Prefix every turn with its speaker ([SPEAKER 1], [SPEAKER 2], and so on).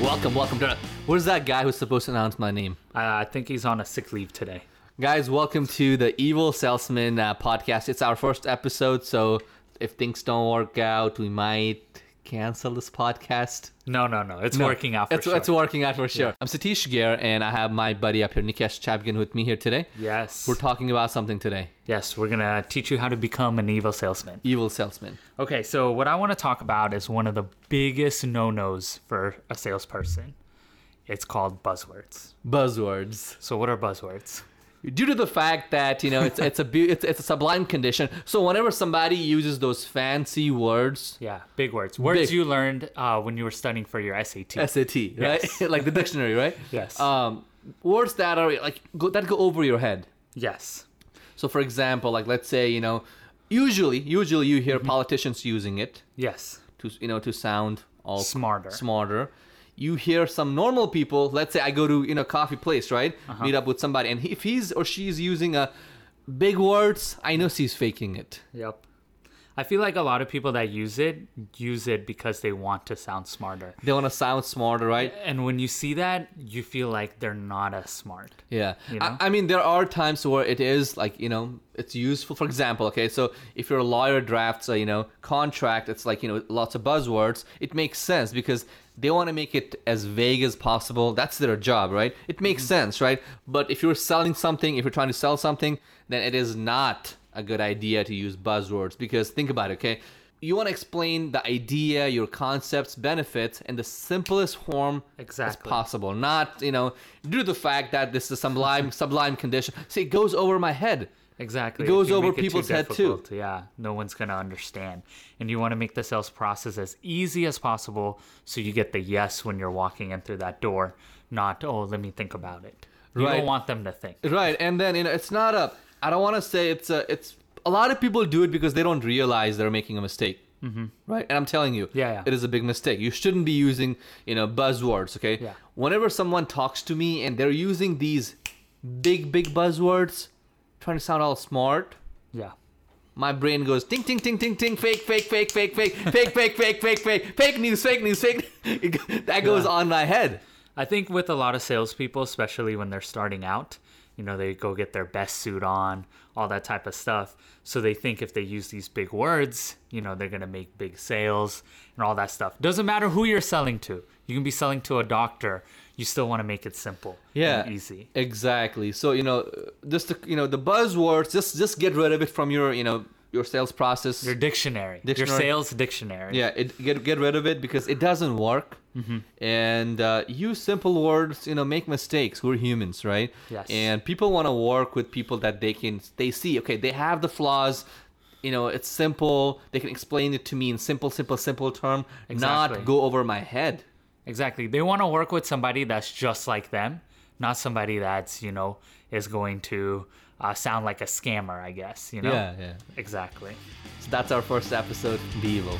[SPEAKER 1] Welcome, welcome to. Where's that guy who's supposed to announce my name?
[SPEAKER 2] I I think he's on a sick leave today.
[SPEAKER 1] Guys, welcome to the Evil Salesman uh, podcast. It's our first episode, so if things don't work out, we might cancel this podcast.
[SPEAKER 2] No, no, no. It's
[SPEAKER 1] No,
[SPEAKER 2] working out for
[SPEAKER 1] it's,
[SPEAKER 2] sure.
[SPEAKER 1] It's working out for sure. I'm Satish Gare, and I have my buddy up here, Nikesh Chapkin, with me here today.
[SPEAKER 2] yes.
[SPEAKER 1] We're talking about something today
[SPEAKER 2] yes, we're going to teach you how to become an evil salesman.
[SPEAKER 1] evil salesman.
[SPEAKER 2] Okay, so what I want to talk about is one of the biggest no-nos for a salesperson. It's called buzzwords.
[SPEAKER 1] Buzzwords.
[SPEAKER 2] So what are buzzwords?
[SPEAKER 1] due to the fact that you know it's it's a beau- it's, it's a sublime condition. So whenever somebody uses those fancy words,
[SPEAKER 2] Yeah, big words. Words
[SPEAKER 1] Big.
[SPEAKER 2] you learned uh, when you were studying for your SAT.
[SPEAKER 1] SAT, right? like the dictionary, right?
[SPEAKER 2] Yes.
[SPEAKER 1] Um, words that are like go, that go over your head.
[SPEAKER 2] yes.
[SPEAKER 1] So for example, like let's say you know, usually usually you hear politicians using it
[SPEAKER 2] Yes.
[SPEAKER 1] to you know to sound all
[SPEAKER 2] Smarter.
[SPEAKER 1] smarter. You hear some normal people. Let's say I go to you know coffee place, right? Meet up with somebody, and he, if he's or she's using a big words, I know she's faking it.
[SPEAKER 2] Yep. I feel like a lot of people that use it use it because they want to sound smarter.
[SPEAKER 1] They want to sound smarter, right?
[SPEAKER 2] And when you see that, you feel like they're not as smart.
[SPEAKER 1] Yeah.
[SPEAKER 2] You know?
[SPEAKER 1] I, I mean, there are times where it is like, you know, it's useful. For example, okay, so if your lawyer drafts a, you know, contract, it's like, you know, lots of buzzwords. It makes sense because they want to make it as vague as possible. That's their job, right? It makes
[SPEAKER 2] Mm-hmm.
[SPEAKER 1] sense, right? But if you're selling something, if you're trying to sell something, then it is not a good idea to use buzzwords because think about it, okay? You want to explain the idea, your concepts, benefits, in the simplest form
[SPEAKER 2] Exactly.
[SPEAKER 1] as possible. Not, you know, due to the fact that this is sublime, sublime condition. See, it goes over my head.
[SPEAKER 2] Exactly.
[SPEAKER 1] It
[SPEAKER 2] If
[SPEAKER 1] goes
[SPEAKER 2] you
[SPEAKER 1] over
[SPEAKER 2] make it too
[SPEAKER 1] people's head, too.
[SPEAKER 2] difficult, Yeah, no one's going to understand. And you want to make the sales process as easy as possible so you get the yes when you're walking in through that door, not, oh, let me think about it. You
[SPEAKER 1] Right.
[SPEAKER 2] don't want them to think.
[SPEAKER 1] Right. And then, you know, it's not a, I don't want to say it's a, it's, a lot of people do it because they don't realize they're making a mistake. Mm-hmm. Right. And I'm telling you,
[SPEAKER 2] Yeah, yeah.
[SPEAKER 1] it is a big mistake. You shouldn't be using, you know, buzzwords. Okay.
[SPEAKER 2] Yeah.
[SPEAKER 1] Whenever someone talks to me and they're using these big, big buzzwords, trying to sound all smart,
[SPEAKER 2] Yeah.
[SPEAKER 1] my brain goes ting ting ting ting ting fake fake fake fake fake fake fake fake fake fake fake news fake news fake It- that goes
[SPEAKER 2] Yeah.
[SPEAKER 1] on my head
[SPEAKER 2] I think with a lot of salespeople, especially when they're starting out, you know, they go get their best suit on, all that type of stuff. So they think if they use these big words, you know, they're going to make big sales and all that stuff. Doesn't matter who you're selling to. You can be selling to a doctor. You still want to make it simple
[SPEAKER 1] yeah
[SPEAKER 2] and easy.
[SPEAKER 1] exactly so you know uh, just the, you know the buzzwords just just get rid of it from your you know your sales process
[SPEAKER 2] Your dictionary, your
[SPEAKER 1] Dictionary.
[SPEAKER 2] sales dictionary.
[SPEAKER 1] yeah it, get get rid of it because it doesn't work and uh, use simple words you know make mistakes we're humans right
[SPEAKER 2] Yes.
[SPEAKER 1] and people want to work with people that they can they see okay they have the flaws you know it's simple they can explain it to me in simple simple simple term
[SPEAKER 2] Exactly.
[SPEAKER 1] not go over my head
[SPEAKER 2] Exactly. They want to work with somebody that's just like them, not somebody that's, you know, is going to uh, sound like a scammer, I guess, you know?
[SPEAKER 1] Yeah, yeah.
[SPEAKER 2] Exactly.
[SPEAKER 1] so that's our first episode the evil